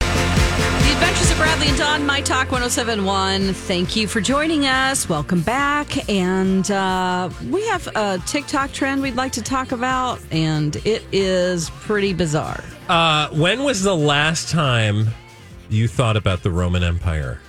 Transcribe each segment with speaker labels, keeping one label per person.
Speaker 1: The Adventures of Bradley and Don, My Talk 1071. Thank you for joining us. Welcome back. And uh, we have a TikTok trend we'd like to talk about, and it is pretty bizarre.
Speaker 2: Uh, when was the last time you thought about the Roman Empire?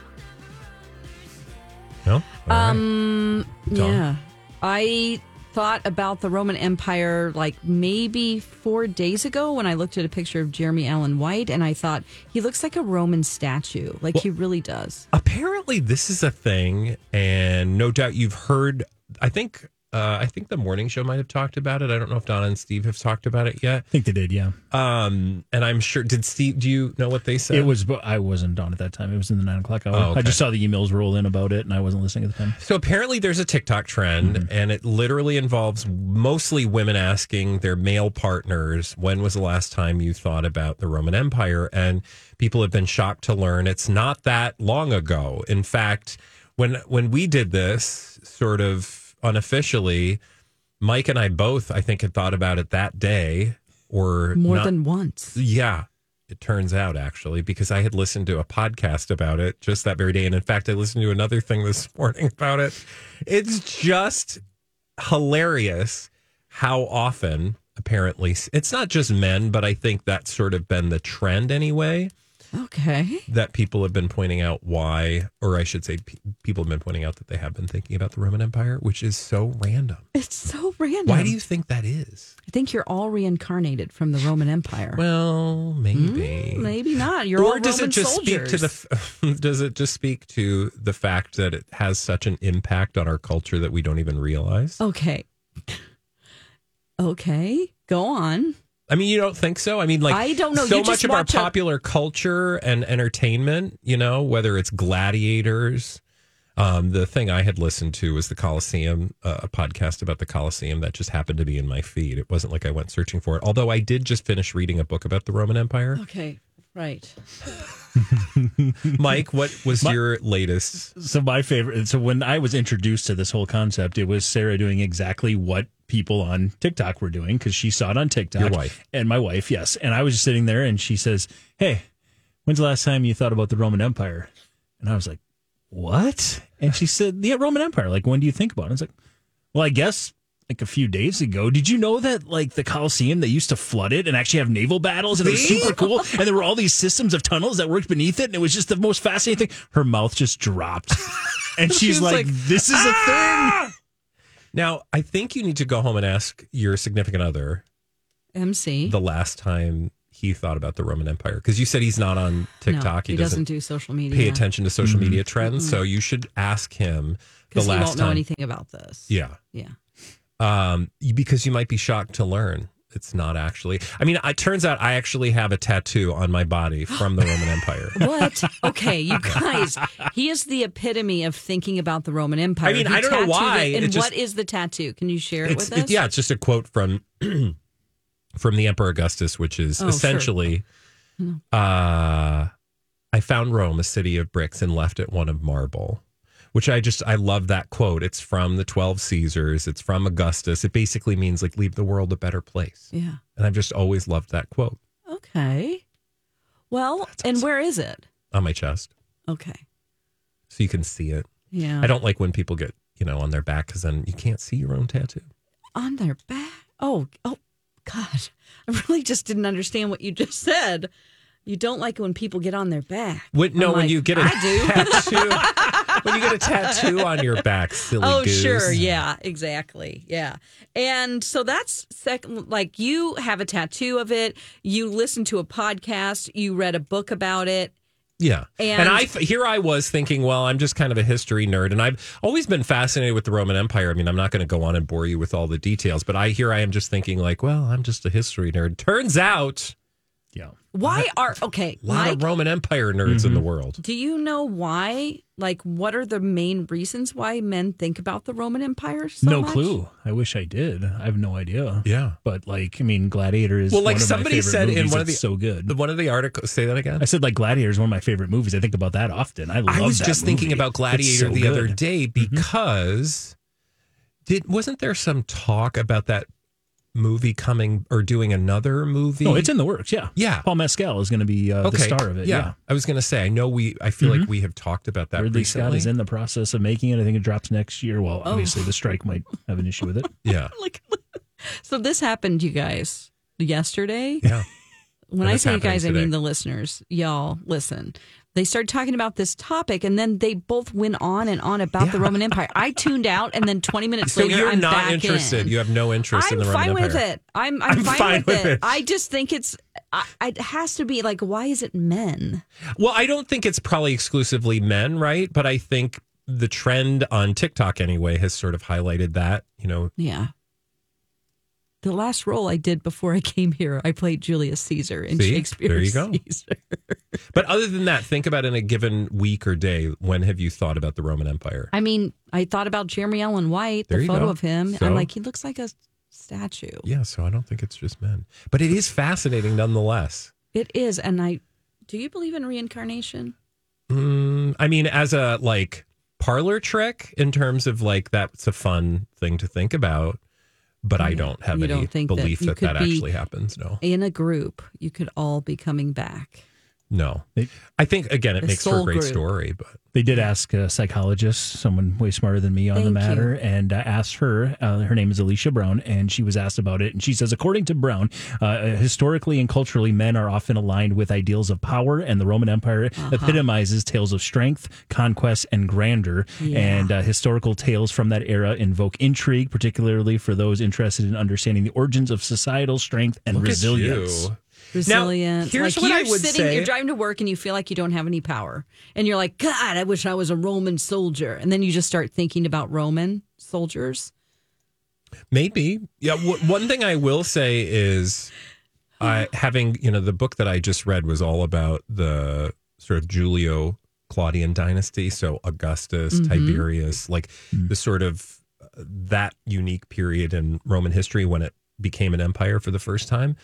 Speaker 2: No. All right.
Speaker 1: Um,
Speaker 2: Don?
Speaker 1: yeah. I thought about the Roman Empire like maybe four days ago when I looked at a picture of Jeremy Allen White, and I thought he looks like a Roman statue. Like he really does.
Speaker 2: Apparently, this is a thing, and no doubt you've heard. I think. Uh, I think the morning show might have talked about it. I don't know if Donna and Steve have talked about it yet.
Speaker 3: I think they did, yeah.
Speaker 2: Um, and I'm sure did Steve? Do you know what they said?
Speaker 3: It was, but I wasn't done at that time. It was in the nine o'clock hour.
Speaker 2: Oh, okay.
Speaker 3: I just saw the emails roll in about it, and I wasn't listening at the time.
Speaker 2: So apparently, there's a TikTok trend, and it literally involves mostly women asking their male partners, "When was the last time you thought about the Roman Empire?" And people have been shocked to learn it's not that long ago. In fact, when when we did this, sort of unofficially, Mike and I both, I think, had thought about it that day, or
Speaker 1: More
Speaker 2: not-
Speaker 1: than once.
Speaker 2: yeah, it turns out actually, because I had listened to a podcast about it just that very day. And in fact, I listened to another thing this morning about it. It's just hilarious how often, apparently, it's not just men, but I think that's sort of been the trend anyway
Speaker 1: Okay.
Speaker 2: that people have been pointing out why, or I should say, pe- people have been pointing out that they have been thinking about the Roman Empire, which is so random.
Speaker 1: It's so random.
Speaker 2: Why do you think that is?
Speaker 1: I think you're all reincarnated from the Roman Empire.
Speaker 2: Well, maybe.
Speaker 1: Maybe not. You're all Roman soldiers.
Speaker 2: speak to the does it just speak to the fact that it has such an impact on our culture that we don't even realize
Speaker 1: okay. Okay, go on.
Speaker 2: i mean you don't think so i mean like
Speaker 1: I don't know.
Speaker 2: so
Speaker 1: You just
Speaker 2: much of our
Speaker 1: watch a-
Speaker 2: popular culture and entertainment you know whether it's gladiators um, the thing I had listened to was the Coliseum, uh, a podcast about the Coliseum that just happened to be in my feed. It wasn't like I went searching for it, although I did just finish reading a book about the Roman Empire.
Speaker 1: Okay, right.
Speaker 2: Mike, what was
Speaker 3: My-
Speaker 2: your latest?
Speaker 3: So my favorite. So when I was introduced to this whole concept, it was Sarah doing exactly what people on TikTok were doing because she saw it on TikTok.
Speaker 2: Your wife.
Speaker 3: and my wife, yes. And I was just sitting there, and she says, "Hey, when's the last time you thought about the Roman Empire?" And I was like, "What?" And she said, "The Roman Empire. Like, when do you think about it?" I was like, "Well, I guess." Like a few days ago, did you know that like the Coliseum they used to flood it and actually have naval battles and it was
Speaker 2: See?
Speaker 3: super cool and there were all these systems of tunnels that worked beneath it and it was just the most fascinating thing. Her mouth just dropped. And she's,
Speaker 2: She's like,
Speaker 3: like,
Speaker 2: "Ah!"
Speaker 3: "This is a thing."
Speaker 2: Now, I think you need to go home and ask your significant other
Speaker 1: MC.
Speaker 2: the last time he thought about the Roman Empire because you said he's not on TikTok.
Speaker 1: No, he doesn't, do social media.
Speaker 2: pay attention to social media trends. So you should ask him the
Speaker 1: because he
Speaker 2: last
Speaker 1: won't
Speaker 2: time.
Speaker 1: know anything about this.
Speaker 2: Yeah,
Speaker 1: yeah.
Speaker 2: um, you- because you might be shocked to learn it's not actually. I mean, it turns out I actually have a tattoo on my body from the Roman Empire.
Speaker 1: What? Okay, you guys. He is the epitome of thinking about the Roman Empire.
Speaker 2: I mean,
Speaker 1: He
Speaker 2: I don't know
Speaker 1: tattooed
Speaker 2: why,
Speaker 1: it. And
Speaker 2: it just-
Speaker 1: what is the tattoo? Can you share it
Speaker 2: it's,
Speaker 1: with us?
Speaker 2: it- yeah, it's just a quote from from the Emperor Augustus, which is
Speaker 1: Oh, sure. Mm-hmm.
Speaker 2: essentially, uh, "I found Rome a city of bricks and left it one of marble." Which I just I love that quote. It's from the Twelve Caesars. It's from Augustus. It basically means like leave the world a better place,
Speaker 1: Yeah.
Speaker 2: and I've just always loved that quote
Speaker 1: Okay. Well, and where is it?
Speaker 2: on my chest,
Speaker 1: Okay.
Speaker 2: so you can see it.
Speaker 1: Yeah.
Speaker 2: I don't like when people get you know on their back because then you can't see your own tattoo.
Speaker 1: on their back. Oh, oh, God! I really just didn't understand what you just said. You don't like it when people get on their back.
Speaker 2: When, no,
Speaker 1: I'm
Speaker 2: when
Speaker 1: like,
Speaker 2: you get a
Speaker 1: I do.
Speaker 2: tattoo, when you get a tattoo on your back, silly
Speaker 1: Oh,
Speaker 2: goose.
Speaker 1: sure. Yeah, exactly. Yeah. And so that's second, like you have a tattoo of it. You listened to a podcast. You read a book about it.
Speaker 2: Yeah. And,
Speaker 1: And-
Speaker 2: I here I was thinking, well, I'm just kind of a history nerd and I've always been fascinated with the Roman Empire. I mean, I'm not going to go on and bore you with all the details, but I here I am just thinking like, well, I'm just a history nerd. Turns out
Speaker 3: Yeah.
Speaker 1: Why are, okay,
Speaker 2: a lot
Speaker 1: Mike,
Speaker 2: of Roman Empire nerds in the
Speaker 3: Mm-hmm.
Speaker 2: world.
Speaker 1: do you know why? Like, what are the main reasons why men think about the Roman Empire so
Speaker 3: no
Speaker 1: much?
Speaker 3: clue. I wish I did. I have no idea.
Speaker 2: Yeah.
Speaker 3: But like, I mean, Gladiator is
Speaker 2: Well, like
Speaker 3: one of
Speaker 2: somebody
Speaker 3: my favorite
Speaker 2: said in
Speaker 3: movies.
Speaker 2: one of
Speaker 3: It's
Speaker 2: the-
Speaker 3: so good.
Speaker 2: The one of the articles say that again.
Speaker 3: I said like Gladiator is one of my favorite movies. I think about that often. I love
Speaker 2: I was
Speaker 3: that
Speaker 2: just thinking
Speaker 3: movie.
Speaker 2: about
Speaker 3: It's
Speaker 2: Gladiator
Speaker 3: so
Speaker 2: the other
Speaker 3: good. Mm-hmm.
Speaker 2: day because did wasn't there some talk about that movie coming or doing another movie?
Speaker 3: No, Oh, it's in the works. Yeah.
Speaker 2: Yeah.
Speaker 3: Paul Mescal is going to be uh, the star of it. Yeah. Mm-hmm.
Speaker 2: I was gonna say. I know we. I feel like we have talked about that
Speaker 3: Ridley
Speaker 2: recently. Oh.
Speaker 3: Scott is in the process of making it. I think it drops next year. Well, obviously the strike might have an issue with it.
Speaker 2: Yeah,
Speaker 1: Like, so this happened, you guys, yesterday.
Speaker 2: yeah.
Speaker 1: when
Speaker 2: And
Speaker 1: I
Speaker 2: it's
Speaker 1: say you
Speaker 2: happening
Speaker 1: guys, I
Speaker 2: today.
Speaker 1: mean the listeners. Y'all, listen. They started talking about this topic, and then they both went on and on about the Roman Empire. I tuned out, and then twenty minutes
Speaker 2: So
Speaker 1: later,
Speaker 2: you're
Speaker 1: I'm
Speaker 2: not
Speaker 1: back
Speaker 2: interested.
Speaker 1: in.
Speaker 2: You have no interest
Speaker 1: I'm
Speaker 2: in the
Speaker 1: fine
Speaker 2: Roman
Speaker 1: with
Speaker 2: Empire.
Speaker 1: it. I'm, I'm, fine, with, it. I just think it's. I, it has to be like, why is it men?
Speaker 2: Well, I don't think it's probably exclusively men, right? But I think the trend on TikTok anyway has sort of highlighted that. You know,
Speaker 1: Yeah. The last role I did before I came here, I played Julius Caesar in
Speaker 2: See?
Speaker 1: Shakespeare's
Speaker 2: There you go.
Speaker 1: Caesar.
Speaker 2: but other than that, think about in a given week or day. When have you thought about the Roman Empire?
Speaker 1: I mean, I thought about Jeremy Allen White,
Speaker 2: There
Speaker 1: the
Speaker 2: you
Speaker 1: photo
Speaker 2: go.
Speaker 1: of him.
Speaker 2: So?
Speaker 1: I'm like, he looks like a statue.
Speaker 2: Yeah, so I don't think it's just men, but it is fascinating nonetheless.
Speaker 1: It is, and I do you believe in reincarnation?
Speaker 2: Mm, I mean, as a like parlor trick in terms of like that's a fun thing to think about, but I don't have
Speaker 1: Mm. You
Speaker 2: any
Speaker 1: don't think that
Speaker 2: belief
Speaker 1: you
Speaker 2: that
Speaker 1: could
Speaker 2: that,
Speaker 1: be-
Speaker 2: actually happens. No,
Speaker 1: In a group, you could all be coming back.
Speaker 2: no. I think again, it
Speaker 1: The
Speaker 2: makes for a
Speaker 1: soul
Speaker 2: great
Speaker 1: group.
Speaker 2: story, but
Speaker 3: They did ask a psychologist, someone way smarter than me on the
Speaker 1: Thank you.
Speaker 3: matter, and uh, asked her. Uh, her name is Alicia Brown, and she was asked about it. And she says, according to Brown, uh, historically and culturally, men are often aligned with ideals of power, and the Roman Empire
Speaker 1: Uh-huh.
Speaker 3: epitomizes tales of strength, conquest, and grandeur. And uh, historical tales from that era invoke intrigue, particularly for those interested in understanding the origins of societal strength and
Speaker 2: look at
Speaker 3: resilience.
Speaker 2: you.
Speaker 1: Resilience.
Speaker 2: here's
Speaker 1: like
Speaker 2: what I
Speaker 1: you're
Speaker 2: would
Speaker 1: sitting,
Speaker 2: say.
Speaker 1: you're driving to work and you feel like you don't have any power. And you're like, God, I wish I was a Roman soldier. And then you just start thinking about Roman soldiers.
Speaker 2: Maybe. Yeah. W- one thing I will say is, I having you know the book that I just read was all about the sort of Julio Claudian dynasty, so Augustus, Tiberius, like the sort of uh, that unique period in Roman history when it became an empire for the first time.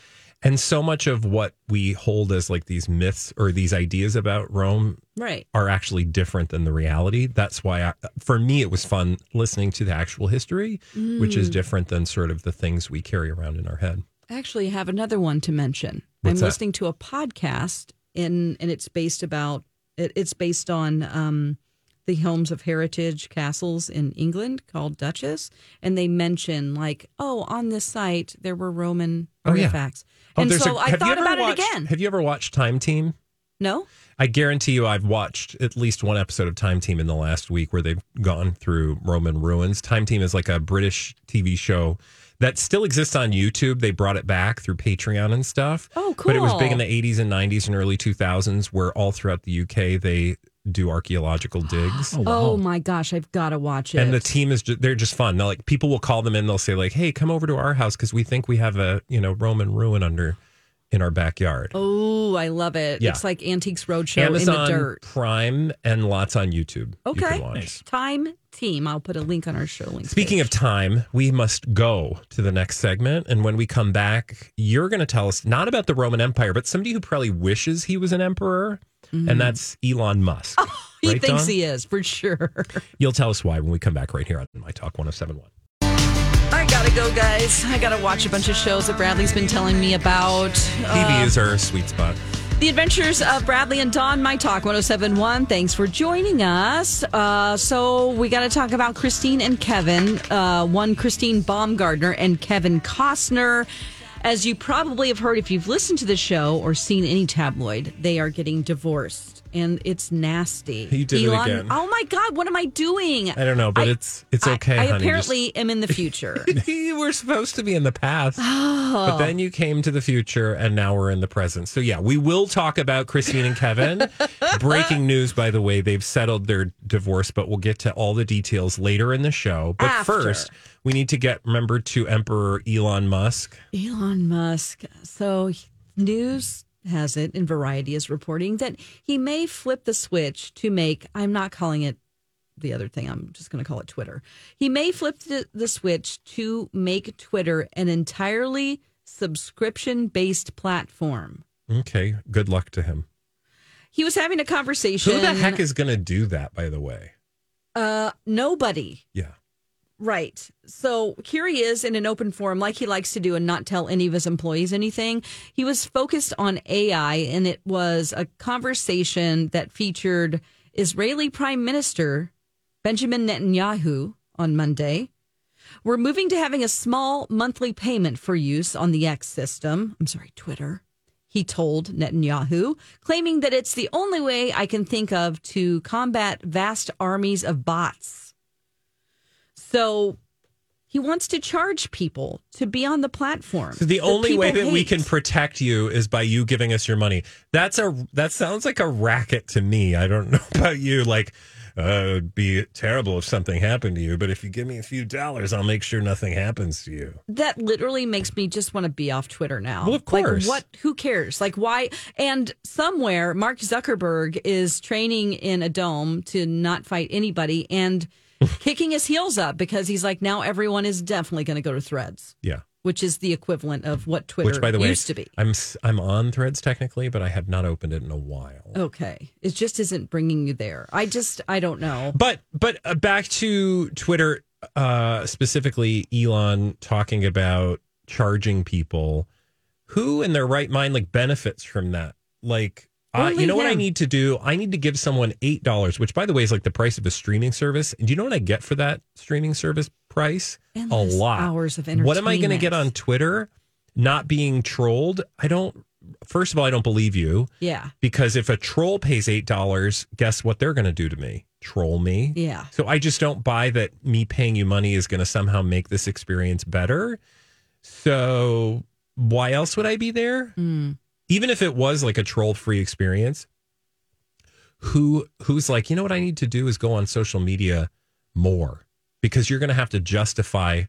Speaker 2: And so much of what we hold as like these myths or these ideas about Rome
Speaker 1: Right.
Speaker 2: are actually different than the reality. That's why, I, for me, it was fun listening to the actual history, which
Speaker 1: Mm.
Speaker 2: is different than sort of the things we carry around in our head.
Speaker 1: I actually have another one to mention.
Speaker 2: What's
Speaker 1: I'm
Speaker 2: that?
Speaker 1: listening to a podcast in and it's based about it, it's based on um, the homes of heritage castles in England called Duchess, and they mention like, oh, on this site there were Roman
Speaker 2: Oh, yeah.
Speaker 1: artifacts, and
Speaker 2: there's
Speaker 1: so
Speaker 2: a-
Speaker 1: I
Speaker 2: have you
Speaker 1: thought
Speaker 2: ever
Speaker 1: about
Speaker 2: watched-
Speaker 1: it again.
Speaker 2: Have you ever watched Time Team?
Speaker 1: no,
Speaker 2: I guarantee you, I've watched at least one episode of Time Team in the last week where they've gone through Roman ruins. Time Team is like a British TV show that still exists on YouTube. They brought it back through Patreon and stuff.
Speaker 1: Oh,
Speaker 2: But it was big in
Speaker 1: cool.
Speaker 2: the 80s and 90s and early 2000s, where all throughout the UK they do archaeological digs.
Speaker 1: oh my gosh, I've got to watch it.
Speaker 2: And the team is ju- they're just fun. They're like people will call them in. They'll say like, "Hey, come over to our house because we think we have a you know Roman ruin under in our backyard."
Speaker 1: oh, I love it.
Speaker 2: Yeah.
Speaker 1: It's like Antiques Roadshow in
Speaker 2: Amazon
Speaker 1: the dirt.
Speaker 2: Prime and lots on YouTube. you
Speaker 1: Okay,
Speaker 2: can watch.
Speaker 1: time team. I'll put a link on our show link.
Speaker 2: Speaking of time, we must go to the next segment. And when we come back, you're going to tell us not about the Roman Empire, but somebody who probably wishes he was an emperor, and that's Elon Musk.
Speaker 1: Mm-hmm. Oh, he
Speaker 2: Right,
Speaker 1: thinks
Speaker 2: Dawn?
Speaker 1: he is for sure.
Speaker 2: You'll tell us why when we come back right here on My Talk 1071.
Speaker 1: I gotta go, guys. I gotta watch a bunch of shows that Bradley's been telling me about.
Speaker 2: TV is our sweet spot.
Speaker 1: The Adventures of Bradley and Dawn, My Talk 1071. Thanks for joining us. Uh, so, we got to talk about Christine and Kevin. Uh, one, Christine Baumgardner, and Kevin Costner. As you probably have heard if you've listened to the show or seen any tabloid, they are getting divorced and it's nasty.
Speaker 2: He did it again.
Speaker 1: Oh my God, what am I doing?
Speaker 2: I don't know, but it's it's
Speaker 1: I-
Speaker 2: okay.
Speaker 1: I,
Speaker 2: honey.
Speaker 1: apparently am in the future.
Speaker 2: Just- you were supposed to be in the past,
Speaker 1: Oh.
Speaker 2: but then you came to the future, and now we're in the present. So yeah, we will talk about Christine and Kevin. Breaking news, by the way, they've settled their divorce, but we'll get to all the details later in the show. But
Speaker 1: After.
Speaker 2: first, we need to get remember to Emperor Elon Musk.
Speaker 1: Elon Musk. So, he- news has it, and Variety is reporting that he may flip the switch to make, I'm not calling it the other thing, I'm just going to call it Twitter. He may flip the, the switch to make Twitter an entirely subscription based platform.
Speaker 2: Okay, good luck to him.
Speaker 1: He was having a conversation.
Speaker 2: Who the heck is going to do that? By the way,
Speaker 1: Uh, nobody.
Speaker 2: yeah.
Speaker 1: Right. So here he is in an open forum, like he likes to do, and not tell any of his employees anything. He was focused on AI, and it was a conversation that featured Israeli Prime Minister Benjamin Netanyahu on Monday. We're moving to having a small monthly payment for use on the X system. I'm sorry, Twitter. He told Netanyahu, claiming that it's the only way I can think of to combat vast armies of bots. So he wants to charge people to be on the platform.
Speaker 2: So the only way
Speaker 1: people
Speaker 2: that we
Speaker 1: hate.
Speaker 2: can protect you is by you giving us your money. That's a that sounds like a racket to me. I don't know about you. Like, uh, it'd be terrible if something happened to you, but if you give me a few dollars, I'll make sure nothing happens to you.
Speaker 1: that literally makes me just want to be off Twitter now.
Speaker 2: Well, of course.
Speaker 1: Like, what? Who cares? Like, why? And somewhere, Mark Zuckerberg is training in a dome to not fight anybody and kicking his heels up because he's like, now everyone is definitely going to go to Threads,
Speaker 2: Yeah.
Speaker 1: which is the equivalent of what Twitter
Speaker 2: Which, by the way,
Speaker 1: used to be.
Speaker 2: I'm s- I'm on Threads technically, but I have not opened it in a while.
Speaker 1: Okay, it just isn't bringing you there. I just, I don't know.
Speaker 2: But but uh, back to Twitter uh, specifically, Elon talking about charging people. Who in their right mind like benefits from that? Like, I,
Speaker 1: Only
Speaker 2: you know what I
Speaker 1: him.
Speaker 2: need to do? I need to give someone eight dollars, which by the way is like the price of a streaming service. And do you know what I get for that streaming service price?
Speaker 1: Endless
Speaker 2: a lot.
Speaker 1: hours of
Speaker 2: What am I going to get on
Speaker 1: entertainment.
Speaker 2: Twitter? Not being trolled. I don't. First of all, I don't believe you
Speaker 1: Yeah,
Speaker 2: because if a troll pays eight dollars, guess what they're going to do to me? Troll me.
Speaker 1: yeah.
Speaker 2: So I just don't buy that me paying you money is going to somehow make this experience better. So why else would I be there?
Speaker 1: Mm.
Speaker 2: Even if it was like a troll-free experience, who who's like, you know what I need to do is go on social media more because you're going to have to justify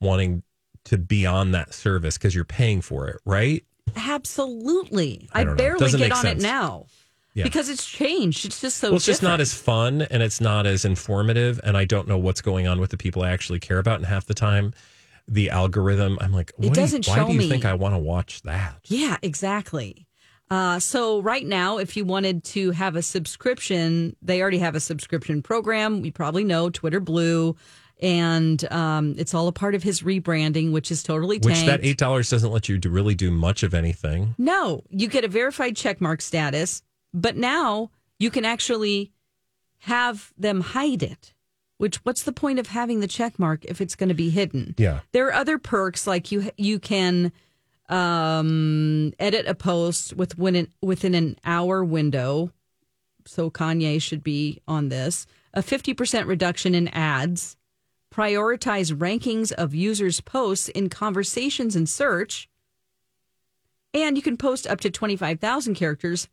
Speaker 2: wanting to be on that service because you're paying for it, right?
Speaker 1: Absolutely.
Speaker 2: I
Speaker 1: I,
Speaker 2: don't know.
Speaker 1: barely
Speaker 2: Doesn't
Speaker 1: get
Speaker 2: make
Speaker 1: on
Speaker 2: sense.
Speaker 1: it now
Speaker 2: Yeah.
Speaker 1: because it's changed. It's just so
Speaker 2: well, it's just not
Speaker 1: different.
Speaker 2: as fun and it's not as informative. And I don't know what's going on with the people I actually care about. And half the time, the algorithm, I'm like,
Speaker 1: It
Speaker 2: what do you-
Speaker 1: doesn't
Speaker 2: why
Speaker 1: show
Speaker 2: do you
Speaker 1: me.
Speaker 2: think I want to watch that?
Speaker 1: Yeah, exactly. Uh, so right now, if you wanted to have a subscription, they already have a subscription program. We probably know Twitter Blue, and um, it's all a part of his rebranding, which is totally
Speaker 2: Which that
Speaker 1: tanked.
Speaker 2: eight dollars doesn't let you do, really do much of anything.
Speaker 1: No, you get a verified checkmark status, but now you can actually have them hide it. Which what's the point of having the checkmark if it's going to be hidden?
Speaker 2: Yeah.
Speaker 1: There are other perks like you you can um edit a post with within, within an hour window. So Kanye should be on this. A 50% reduction in ads. Prioritize rankings of users' posts in conversations and search and you can post up to 25,000 characters.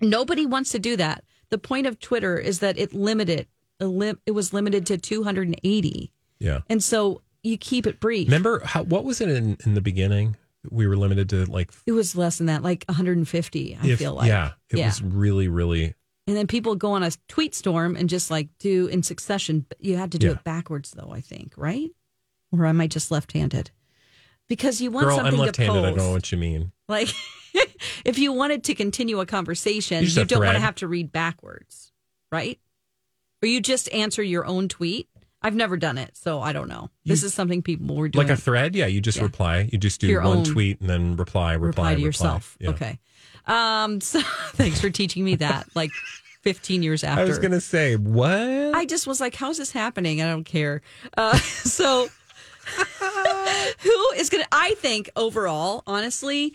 Speaker 1: Nobody wants to do that. The point of Twitter is that it limited elim- it was limited to 280.
Speaker 2: Yeah.
Speaker 1: And so you keep it brief.
Speaker 2: Remember how, what was it in, in the beginning? We were limited to like.
Speaker 1: it was less than that, like 150, I
Speaker 2: if-
Speaker 1: feel like.
Speaker 2: yeah, it
Speaker 1: yeah.
Speaker 2: was really, really.
Speaker 1: and then people go on a tweet storm and just like do in succession. But You had to do
Speaker 2: Yeah.
Speaker 1: it backwards though, I think, right? Or am I just left-handed? Because you want
Speaker 2: Girl, I'm
Speaker 1: something to
Speaker 2: left-handed.
Speaker 1: post.
Speaker 2: I don't know what you mean.
Speaker 1: Like, if you wanted to continue a conversation,
Speaker 2: You
Speaker 1: you,
Speaker 2: just have to
Speaker 1: don't want to
Speaker 2: read.
Speaker 1: have to read backwards, right? Or you just answer your own tweet. I've never done it, so I don't know. This is something people were doing.
Speaker 2: Like a thread? Yeah, you just
Speaker 1: Yeah.
Speaker 2: reply. You just do
Speaker 1: Your
Speaker 2: one
Speaker 1: own-
Speaker 2: tweet and then reply, reply,
Speaker 1: reply, to yourself.
Speaker 2: Yeah.
Speaker 1: Okay. Um, so thanks for teaching me that. Like 15 years after.
Speaker 2: I was gonna say what?
Speaker 1: I just was like, how's this happening? I don't care. Uh, so who is going to, I think overall, honestly,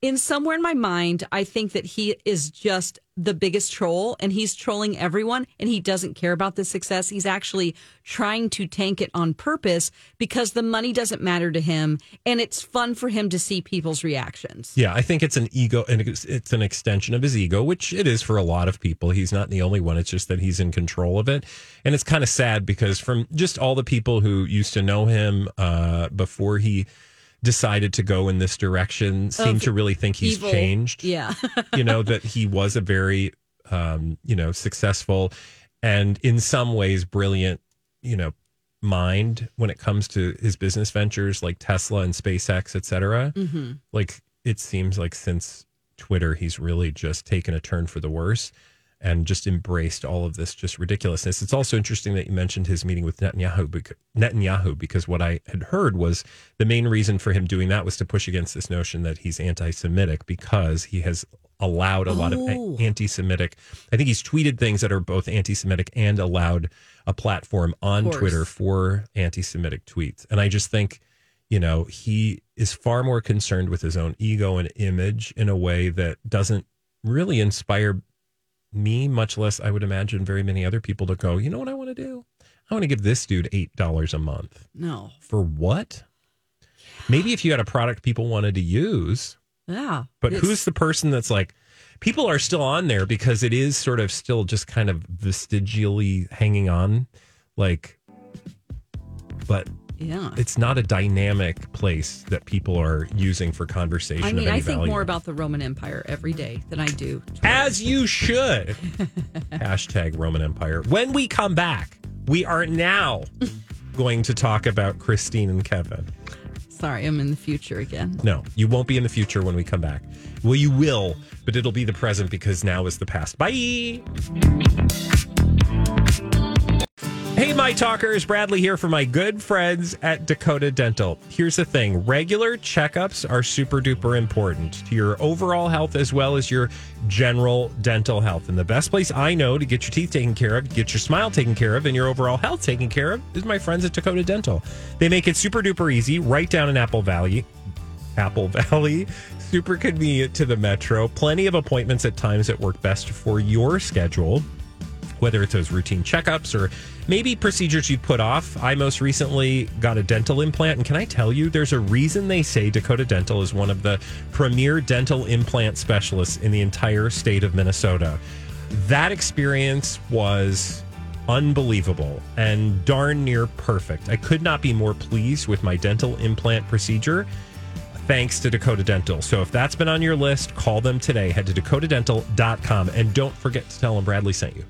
Speaker 1: In somewhere in my mind, I think that he is just the biggest troll, and he's trolling everyone, and he doesn't care about the success. He's actually trying to tank it on purpose because the money doesn't matter to him, and it's fun for him to see people's reactions.
Speaker 2: Yeah, I think it's an ego, and it's it's an extension of his ego, which it is for a lot of people. He's not the only one. It's just that he's in control of it, and it's kind of sad because from just all the people who used to know him uh, before he decided to go in this direction, seem to really think he's
Speaker 1: evil.
Speaker 2: changed.
Speaker 1: Yeah.
Speaker 2: you know that he was a very um, you know successful and in some ways brilliant you know mind when it comes to his business ventures like tesla and spacex etc mm-hmm. like it seems like since twitter he's really just taken a turn for the worse and just embraced all of this just ridiculousness. It's also interesting that you mentioned his meeting with Netanyahu because, Netanyahu because what I had heard was the main reason for him doing that was to push against this notion that he's anti-Semitic because he has allowed a lot of
Speaker 1: Oh.
Speaker 2: a- anti-Semitic. I think he's tweeted things that are both anti-Semitic and allowed a platform on
Speaker 1: course.
Speaker 2: Twitter for anti-Semitic tweets. And I just think you know, he is far more concerned with his own ego and image in a way that doesn't really inspire me, much less I would imagine very many other people to go, you know what I want to do? I want to give this dude $8 a month.
Speaker 1: No.
Speaker 2: For what? Maybe if you had a product people wanted to use,
Speaker 1: Yeah.
Speaker 2: but
Speaker 1: It's-
Speaker 2: who's the person that's like, people are still on there because it is sort of still just kind of vestigially hanging on. Like, but
Speaker 1: Yeah.
Speaker 2: it's not a dynamic place that people are using for conversation
Speaker 1: I
Speaker 2: of
Speaker 1: mean,
Speaker 2: any
Speaker 1: I think
Speaker 2: value.
Speaker 1: more about the Roman Empire every day than I do.
Speaker 2: as you should. Hashtag Roman Empire. When we come back, we are now going to talk about Christine and Kevin.
Speaker 1: Sorry, I'm in the future again.
Speaker 2: No, you won't be in the future when we come back. Well, you will, but it'll be the present because now is the past. Bye. Hey, my talkers. Bradley here for my good friends at Dakota Dental. Here's the thing regular checkups are super duper important to your overall health as well as your general dental health. And the best place I know to get your teeth taken care of, get your smile taken care of, and your overall health taken care of is my friends at Dakota Dental. They make it super duper easy right down in Apple Valley. Apple Valley. Super convenient to the metro. Plenty of appointments at times that work best for your schedule, whether it's those routine checkups or maybe procedures you put off. I most recently got a dental implant, and can I tell you, there's a reason they say Dakota Dental is one of the premier dental implant specialists in the entire state of Minnesota. That experience was unbelievable and darn near perfect. I could not be more pleased with my dental implant procedure thanks to Dakota Dental. So if that's been on your list, call them today. Head to dakotadental.com and don't forget to tell them Bradley sent you.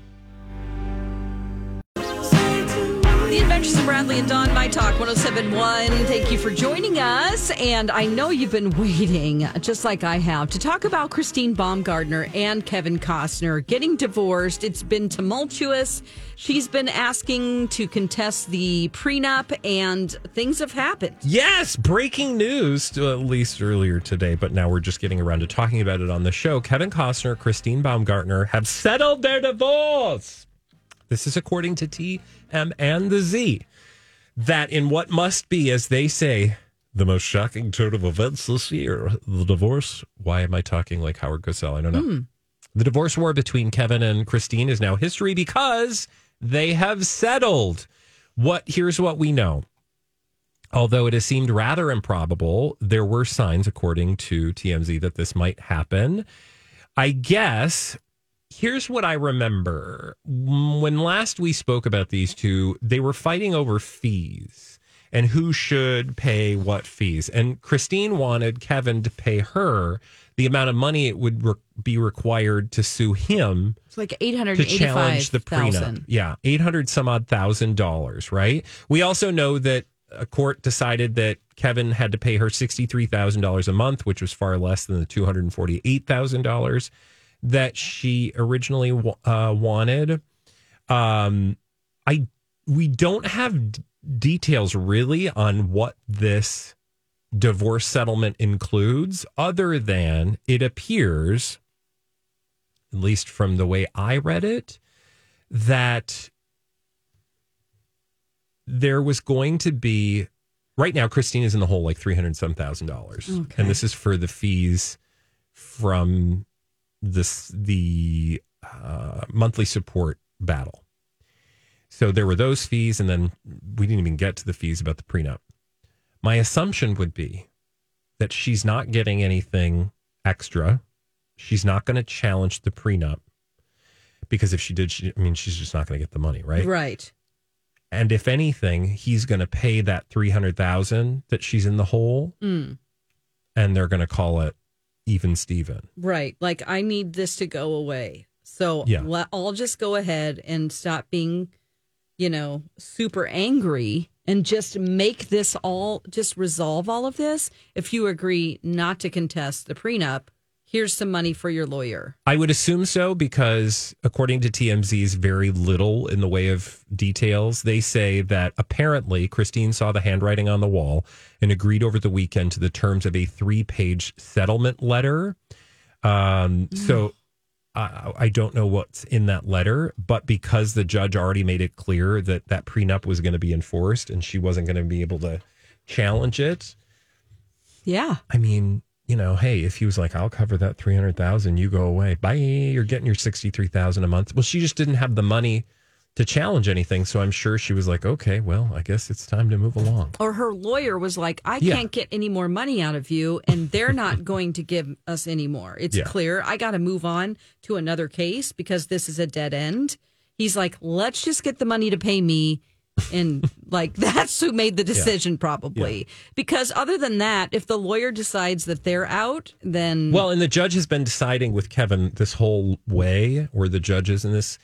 Speaker 1: The Adventures of Bradley and Dawn, My Talk 1071. Thank you for joining us. And I know you've been waiting, just like I have, to talk about Christine Baumgartner and Kevin Costner getting divorced. It's been tumultuous. She's been asking to contest the prenup, and things have happened.
Speaker 2: Yes, breaking news, to at least earlier today, but now we're just getting around to talking about it on the show. Kevin Costner, Christine Baumgartner have settled their divorce. This is according to TM and the Z. That in what must be, as they say, the most shocking turn of events this year, the divorce. Why am I talking like Howard Cosell? I don't know. The divorce war between Kevin and Christine is now history because they have settled. What here's what we know. Although it has seemed rather improbable, there were signs, according to TMZ, that this might happen. I guess here's what I remember. Mm, When last we spoke about these two, they were fighting over fees and who should pay what fees. And Christine wanted Kevin to pay her the amount of money it would re- be required to sue him
Speaker 1: It's like
Speaker 2: to challenge the prenup.
Speaker 1: 885,000.
Speaker 2: Yeah, eight hundred some odd thousand dollars, right? We also know that a court decided that Kevin had to pay her sixty three thousand dollars a month, which was far less than the two hundred and forty eight thousand dollars that she originally wa- uh, wanted. Um, I we don't have d- details really on what this divorce settlement includes, other than it appears, at least from the way I read it, that there was going to be right now Christine is in the hole like three hundred some thousand dollars,
Speaker 1: Okay.
Speaker 2: and this is for the fees from this the uh, monthly support battle. So there were those fees, and then we didn't even get to the fees about the prenup. My assumption would be that she's not getting anything extra. She's not going to challenge the prenup because if she did, she, I mean, she's just not going to get the money, right?
Speaker 1: Right.
Speaker 2: And if anything, he's going to pay that three hundred thousand that she's in the hole,
Speaker 1: Mm,
Speaker 2: and they're going to call it even Steven.
Speaker 1: right. Like, I need this to go away. So
Speaker 2: Yeah.
Speaker 1: le- I'll just go ahead and stop being, you know, super angry and just make this all, just resolve all of this. If you agree not to contest the prenup, here's some money for your lawyer.
Speaker 2: I would assume so because, according to TMZ's very little in the way of details, they say that apparently Christine saw the handwriting on the wall and agreed over the weekend to the terms of a three page settlement letter. Um, so I, I don't know what's in that letter, but because the judge already made it clear that that prenup was going to be enforced and she wasn't going to be able to challenge it,
Speaker 1: Yeah.
Speaker 2: I mean, you know, hey, if he was like, I'll cover that three hundred thousand, you go away. Bye. You're getting your sixty three thousand a month. Well, she just didn't have the money to challenge anything, so I'm sure she was like, okay, well, I guess it's time to move along.
Speaker 1: or her lawyer was like, I
Speaker 2: Yeah.
Speaker 1: can't get any more money out of you, and they're not going to give us any more. It's
Speaker 2: Yeah.
Speaker 1: clear. I got to move on to another case because this is a dead end. He's like, let's just get the money to pay me. And like, that's who made the decision, probably. Because other than that, if the lawyer decides that they're out, then
Speaker 2: Well, and the judge has been deciding with Kevin this whole way, or the judges in this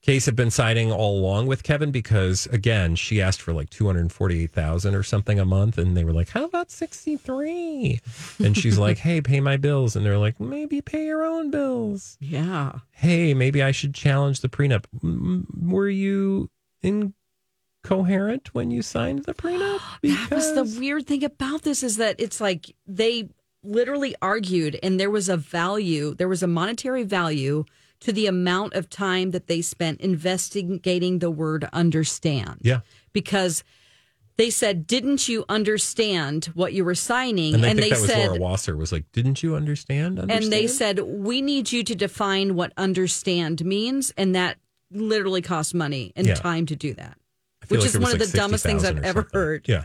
Speaker 2: case have been siding all along with Kevin because again, she asked for like two hundred forty eight thousand or something a month, and they were like, how about sixty three? And she's like, hey, pay my bills, and they're like, maybe pay your own bills.
Speaker 1: yeah.
Speaker 2: hey, maybe I should challenge the prenup. M- Were you incoherent when you signed the prenup?
Speaker 1: That was the weird thing about this is that it's like they literally argued and there was a value, there was a monetary value to the amount of time that they spent investigating the word understand.
Speaker 2: Yeah.
Speaker 1: Because they said, Didn't you understand what you were signing?
Speaker 2: And, I
Speaker 1: they
Speaker 2: think that was
Speaker 1: said
Speaker 2: Laura Wasser was like, didn't you understand? understand?
Speaker 1: and they said, We need you to define what understand means and that literally costs money and
Speaker 2: Yeah.
Speaker 1: time to do that.
Speaker 2: I feel
Speaker 1: which
Speaker 2: like
Speaker 1: is
Speaker 2: it was
Speaker 1: one of
Speaker 2: like
Speaker 1: the dumbest things
Speaker 2: 60,000
Speaker 1: I've
Speaker 2: or
Speaker 1: ever
Speaker 2: something.
Speaker 1: heard.
Speaker 2: Yeah.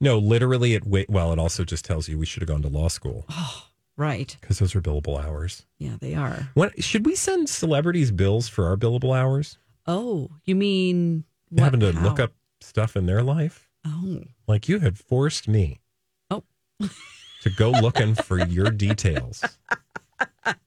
Speaker 2: No, literally, it, wa- well, it also just tells you we should have gone to law school
Speaker 1: Right.
Speaker 2: because those are billable hours.
Speaker 1: Yeah, they are.
Speaker 2: What, should we send celebrities bills for our billable hours?
Speaker 1: Oh, you mean
Speaker 2: Having to
Speaker 1: how?
Speaker 2: look up stuff in their life?
Speaker 1: Oh,
Speaker 2: Like you have forced me.
Speaker 1: Oh.
Speaker 2: to go looking for your details.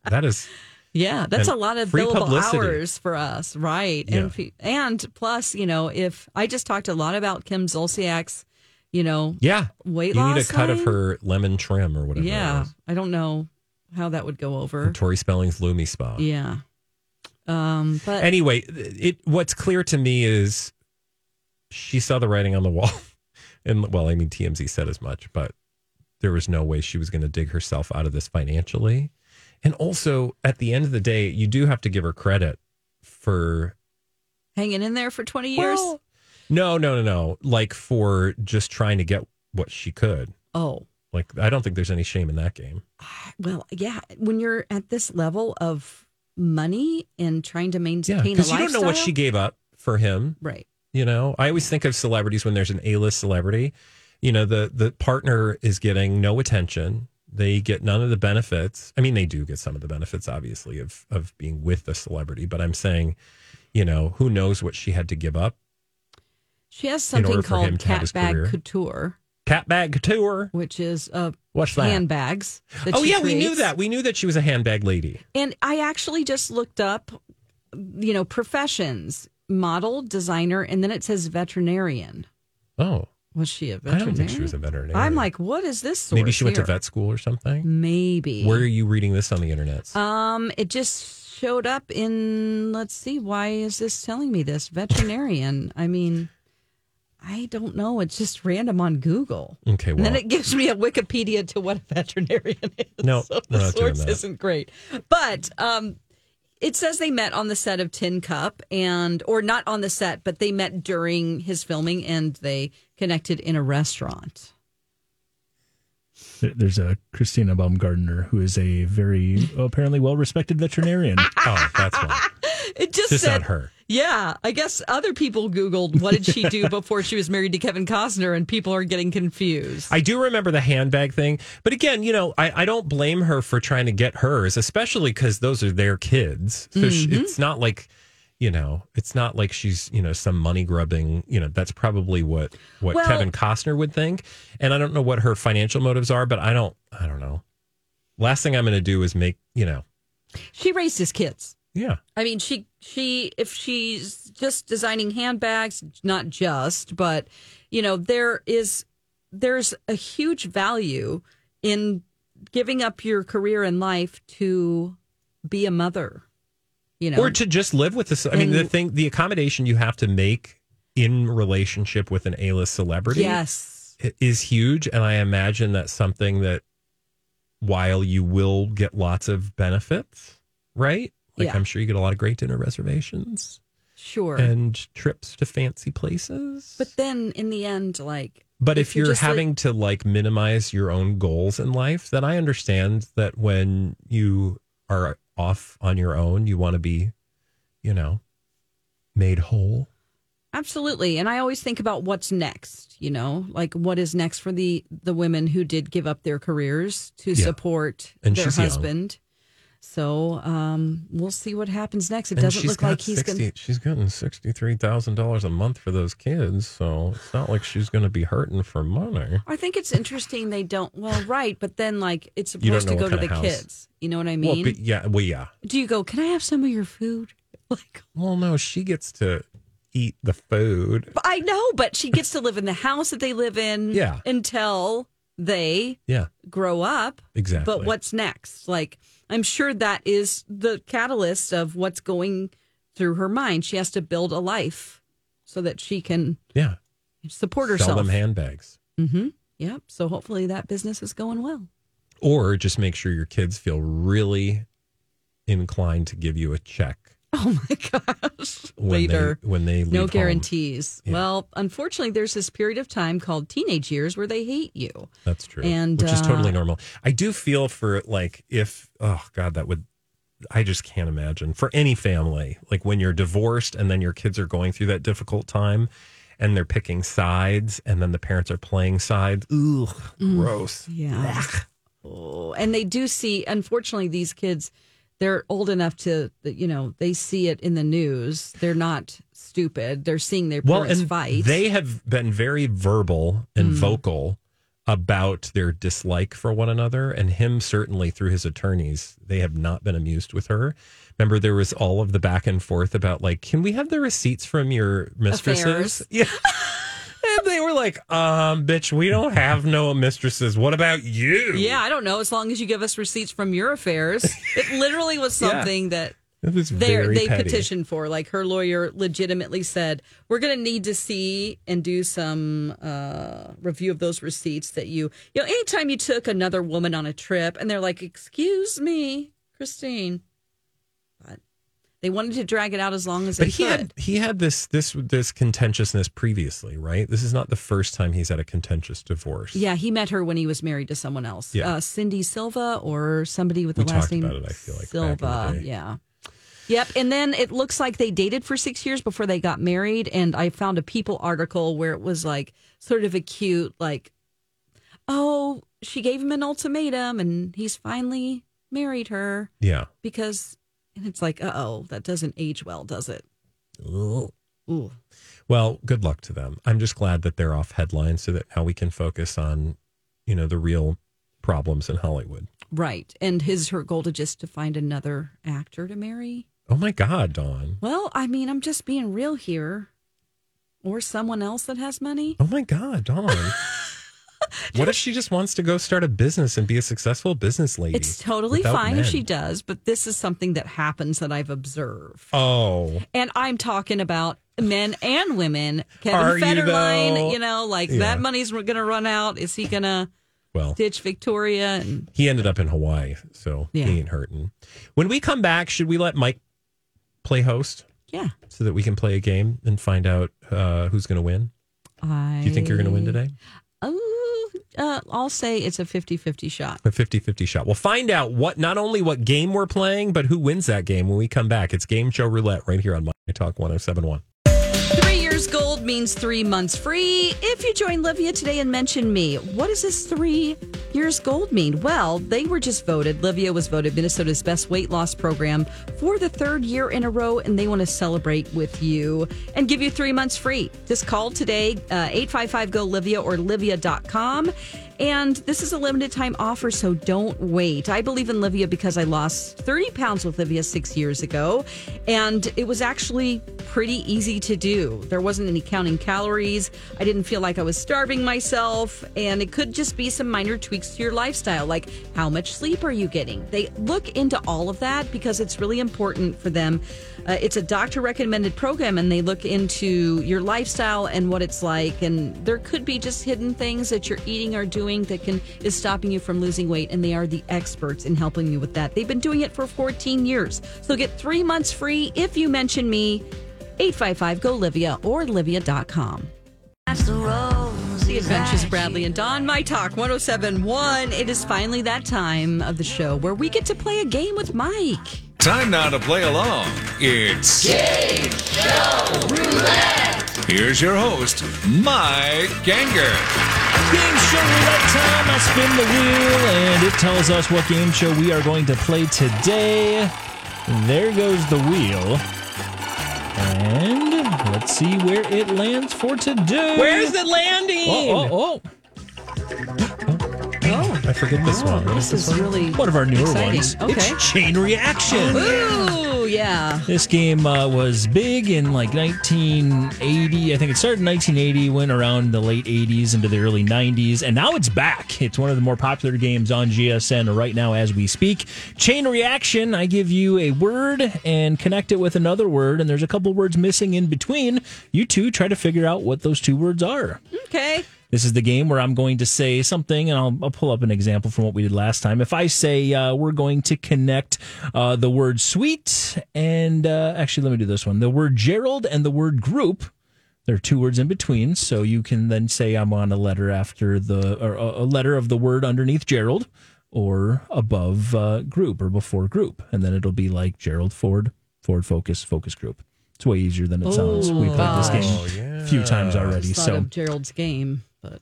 Speaker 2: That is
Speaker 1: yeah, that's
Speaker 2: And
Speaker 1: a lot of
Speaker 2: free
Speaker 1: billable
Speaker 2: publicity.
Speaker 1: hours for us, right?
Speaker 2: Yeah.
Speaker 1: And pe- and plus, you know, if I just talked a lot about Kim Zolciak's, you know,
Speaker 2: yeah.
Speaker 1: weight
Speaker 2: you
Speaker 1: loss.
Speaker 2: need a cut of
Speaker 1: line.
Speaker 2: her lemon trim or whatever. it
Speaker 1: Yeah,
Speaker 2: was.
Speaker 1: I don't know how that would go over.
Speaker 2: And Tori Spelling's Lumi Spa.
Speaker 1: Yeah. Um, but
Speaker 2: Anyway, it what's clear to me is she saw the writing on the wall, and well, I mean TMZ said as much, but there was no way she was going to dig herself out of this financially. And also, at the end of the day, you do have to give her credit for
Speaker 1: hanging in there for twenty years.
Speaker 2: Well, no, no, no, no. Like for just trying to get what she could.
Speaker 1: oh,
Speaker 2: Like I don't think there's any shame in that game.
Speaker 1: well, yeah. When you're at this level of money and trying to maintain
Speaker 2: Yeah,
Speaker 1: a
Speaker 2: because you
Speaker 1: lifestyle.
Speaker 2: don't know what she gave up for him.
Speaker 1: Right.
Speaker 2: You know, I always think of celebrities when there's an A-list celebrity. You know, the the partner is getting no attention. They get none of the benefits. I mean, they do get some of the benefits, obviously, of of being with the celebrity. But I'm saying, you know, who knows what she had to give up?
Speaker 1: She has
Speaker 2: In order
Speaker 1: something
Speaker 2: for him
Speaker 1: called
Speaker 2: to have his
Speaker 1: cat bag
Speaker 2: career.
Speaker 1: couture,
Speaker 2: Cat bag tour.
Speaker 1: which is uh,
Speaker 2: What's that?
Speaker 1: handbags. that
Speaker 2: oh
Speaker 1: she
Speaker 2: yeah, we knew
Speaker 1: creates.
Speaker 2: that. We knew that she was a handbag lady.
Speaker 1: And I actually just looked up, you know, professions: model, designer, and then it says veterinarian.
Speaker 2: Oh,
Speaker 1: Was she a
Speaker 2: I
Speaker 1: veterinarian?
Speaker 2: don't think she was a veterinarian.
Speaker 1: Oh, I'm like, what is this? Source
Speaker 2: maybe she went to
Speaker 1: here?
Speaker 2: vet school or something.
Speaker 1: Maybe.
Speaker 2: Where are you reading this on the internet?
Speaker 1: Um, it just showed up in. Let's see, why is this telling me this? Veterinarian. I mean, I don't know. It's just random on Google.
Speaker 2: okay,
Speaker 1: And
Speaker 2: well,
Speaker 1: then it gives me a Wikipedia to what a veterinarian is.
Speaker 2: No,
Speaker 1: so
Speaker 2: we're
Speaker 1: the
Speaker 2: not doing
Speaker 1: source
Speaker 2: that.
Speaker 1: isn't great. But um, it says they met on the set of Tin Cup, and or not on the set, but they met during his filming, and they connected in a restaurant.
Speaker 3: There- There's a Christina Baumgartner who is a very apparently well respected veterinarian.
Speaker 2: oh, that's why.
Speaker 1: It just
Speaker 2: Just
Speaker 1: said
Speaker 2: not her.
Speaker 1: Yeah, I guess other people Googled what did she do before she was married to Kevin Costner, and people are getting confused.
Speaker 2: I do remember the handbag thing. But again, you know, I, I don't blame her for trying to get hers, especially because those are their kids. So she,
Speaker 1: Mm-hmm.
Speaker 2: it's not like, you know, it's not like she's, you know, some money grubbing, you know, that's probably what, what
Speaker 1: Well-
Speaker 2: Kevin Costner would think. And I don't know what her financial motives are, but I don't, I don't know. Last thing I'm going to do is make, you know,
Speaker 1: she raised his kids.
Speaker 2: yeah.
Speaker 1: I mean, she she if she's just designing handbags, not just, but you know, there is there's a huge value in giving up your career in life to be a mother. You know,
Speaker 2: Or to just live with this. I mean, the
Speaker 1: And-
Speaker 2: thing, the accommodation you have to make in relationship with an A list celebrity.
Speaker 1: yes.
Speaker 2: is huge and i imagine that's something that while you will get lots of benefits right like
Speaker 1: Yeah.
Speaker 2: i'm sure you get a lot of great dinner reservations
Speaker 1: Sure.
Speaker 2: and trips to fancy places
Speaker 1: but then in the end, like
Speaker 2: but if, you're,
Speaker 1: just, like-
Speaker 2: having to like minimize your own goals in life then i understand that when you are off on your own you want to be you know made whole
Speaker 1: Absolutely. And I always think about what's next, you know, like what is next for the the women who did give up their careers to
Speaker 2: Yeah.
Speaker 1: support
Speaker 2: And
Speaker 1: their
Speaker 2: she's young.
Speaker 1: husband. So um, we'll see what happens next. It
Speaker 2: And
Speaker 1: doesn't
Speaker 2: she's
Speaker 1: look
Speaker 2: got
Speaker 1: like he's going
Speaker 2: 60 She's getting sixty three thousand dollars a month for those kids, so it's not like she's going to be hurting for money.
Speaker 1: I think it's interesting they don't. Well, right. But then, like, it's
Speaker 2: You don't
Speaker 1: supposed to
Speaker 2: know
Speaker 1: go
Speaker 2: what
Speaker 1: to
Speaker 2: kind
Speaker 1: the
Speaker 2: of house.
Speaker 1: kids. You know what I mean?
Speaker 2: Well, but yeah, well, yeah.
Speaker 1: Do you go, can I have some of your food? Like,
Speaker 2: Well, no, she gets to eat the food.
Speaker 1: but I know, but she gets to live in the house that they live in
Speaker 2: Yeah.
Speaker 1: until they
Speaker 2: Yeah,
Speaker 1: grow up.
Speaker 2: exactly.
Speaker 1: But what's next? Like, I'm sure that is the catalyst of what's going through her mind. She has to build a life so that she can
Speaker 2: Yeah,
Speaker 1: support
Speaker 2: sell
Speaker 1: herself.
Speaker 2: them handbags,
Speaker 1: mm-hmm. Yep. So hopefully that business is going well.
Speaker 2: or just make sure your kids feel really inclined to give you a check
Speaker 1: Oh my gosh.
Speaker 2: when
Speaker 1: Later.
Speaker 2: they when they leave
Speaker 1: No
Speaker 2: home.
Speaker 1: guarantees.
Speaker 2: Yeah.
Speaker 1: Well, unfortunately, there's this period of time called teenage years where they hate you.
Speaker 2: That's true.
Speaker 1: And,
Speaker 2: which is
Speaker 1: uh,
Speaker 2: totally normal. I do feel for like if oh god that would I just can't imagine for any family like when you're divorced and then your kids are going through that difficult time and they're picking sides and then the parents are playing sides. Ooh,
Speaker 1: Mm.
Speaker 2: gross.
Speaker 1: Yeah. Oh, and they do see, unfortunately, these kids, they're old enough to, you know, they see it in the news. They're not stupid. They're seeing their
Speaker 2: Well,
Speaker 1: parents
Speaker 2: and
Speaker 1: fight.
Speaker 2: they have been very verbal and
Speaker 1: Mm.
Speaker 2: vocal about their dislike for one another and him certainly through his attorneys they have not been amused with her remember there was all of the back and forth about like can we have the receipts from your
Speaker 1: Affairs.
Speaker 2: mistresses yeah and they were like um bitch we don't have no mistresses what about you
Speaker 1: yeah, I don't know. As long as you give us receipts from your affairs, it literally was
Speaker 2: Yeah.
Speaker 1: something that
Speaker 2: it was
Speaker 1: they
Speaker 2: very
Speaker 1: they
Speaker 2: petty.
Speaker 1: petitioned for. Like her lawyer legitimately said, "We're going to need to see and do some uh, review of those receipts that you you know anytime you took another woman on a trip." And they're like, "Excuse me, Christine," but they wanted to drag it out as long as
Speaker 2: but
Speaker 1: they
Speaker 2: he
Speaker 1: could.
Speaker 2: had he had this this this contentiousness previously right this is not the first time he's had a contentious divorce
Speaker 1: yeah, he met her when he was married to someone else,
Speaker 2: Yeah.
Speaker 1: uh, Cindy Silva or somebody with the
Speaker 2: We
Speaker 1: last
Speaker 2: talked
Speaker 1: name
Speaker 2: about it, I feel like, back in the
Speaker 1: Silva.
Speaker 2: day.
Speaker 1: yeah, Yep. And then it looks like they dated for six years before they got married. And I found a People article where it was like sort of a cute, like, oh, she gave him an ultimatum and he's finally married her
Speaker 2: Yeah.
Speaker 1: because, and it's like, uh oh, that doesn't age well, does it? Ooh.
Speaker 2: Well, good luck to them. I'm just glad that they're off headlines so that now we can focus on, you know, the real problems in Hollywood.
Speaker 1: Right. And his, her goal to just to find another actor to marry.
Speaker 2: Oh my God, Dawn.
Speaker 1: Well, I mean, I'm just being real here. Or someone else that has money.
Speaker 2: Oh my God, Dawn. what if she just wants to go start a business and be a successful business lady?
Speaker 1: It's totally
Speaker 2: without
Speaker 1: fine if
Speaker 2: men?
Speaker 1: she does, but this is something that happens that I've observed.
Speaker 2: Oh,
Speaker 1: And I'm talking about men and women. Kevin
Speaker 2: Are you,
Speaker 1: Federline,
Speaker 2: though?
Speaker 1: you, know, like
Speaker 2: Yeah.
Speaker 1: that money's going to run out. Is he going to
Speaker 2: well.
Speaker 1: ditch Victoria? And
Speaker 2: He ended up in Hawaii, so
Speaker 1: Yeah.
Speaker 2: he ain't hurting. When we come back, should we let Mike play host
Speaker 1: yeah,
Speaker 2: so that we can play a game and find out uh, who's going to win?
Speaker 1: I.
Speaker 2: Do you think you're going to win today?
Speaker 1: Oh, uh, I'll say it's a 50 50 shot.
Speaker 2: A 50 50 shot. We'll find out what, not only what game we're playing, but who wins that game when we come back. It's Game Show Roulette right here on My Talk 1071.
Speaker 1: Three years gold means three months free. If you join Livia today and mention me, what does this three years gold mean? Well, they were just voted. Livia was voted Minnesota's best weight loss program for the third year in a row, and they want to celebrate with you and give you three months free. Just call today, uh, 855 GO Livia or livia.com. And this is a limited time offer, so don't wait. I believe in Livia because I lost 30 pounds with Livia six years ago, and it was actually pretty easy to do. There wasn't any counting calories. I didn't feel like I was starving myself, and it could just be some minor tweaks to your lifestyle, like how much sleep are you getting? They look into all of that because it's really important for them. Uh, it's a doctor recommended program, and they look into your lifestyle and what it's like. And there could be just hidden things that you're eating or doing that can is stopping you from losing weight. And they are the experts in helping you with that. They've been doing it for 14 years. So get three months free if you mention me, 855 go Livia or Livia.com. The Adventures of Bradley and Don, My Talk 1071. It is finally that time of the show where we get to play a game with Mike.
Speaker 4: Time now to play along. It's Game Show Roulette. Here's your host, Mike Ganger.
Speaker 3: Game show roulette time. I spin the wheel, and it tells us what game show we are going to play today. There goes the wheel. And let's see where it lands for today.
Speaker 2: Where's the landing?
Speaker 3: Oh, oh, oh.
Speaker 2: I forget this one. What
Speaker 1: This is really
Speaker 3: One of our newer
Speaker 1: exciting.
Speaker 3: ones.
Speaker 1: Okay.
Speaker 3: It's Chain Reaction.
Speaker 1: Ooh, yeah.
Speaker 3: This game uh, was big in like 1980. I think it started in 1980, went around the late 80s into the early 90s, and now it's back. It's one of the more popular games on GSN right now as we speak. Chain reaction I give you a word and connect it with another word, and there's a couple words missing in between. You two try to figure out what those two words are.
Speaker 1: Okay.
Speaker 3: This is the game where I'm going to say something, and I'll, I'll pull up an example from what we did last time. If I say uh, we're going to connect uh, the word sweet and uh, actually, let me do this one the word Gerald and the word group. There are two words in between, so you can then say I'm on a letter after the or a a letter of the word underneath Gerald or above uh, group or before group, and then it'll be like Gerald Ford, Ford Focus, Focus Group. It's way easier than it sounds. We played this game a few times already,
Speaker 1: Thought
Speaker 3: so
Speaker 1: of Gerald's game, but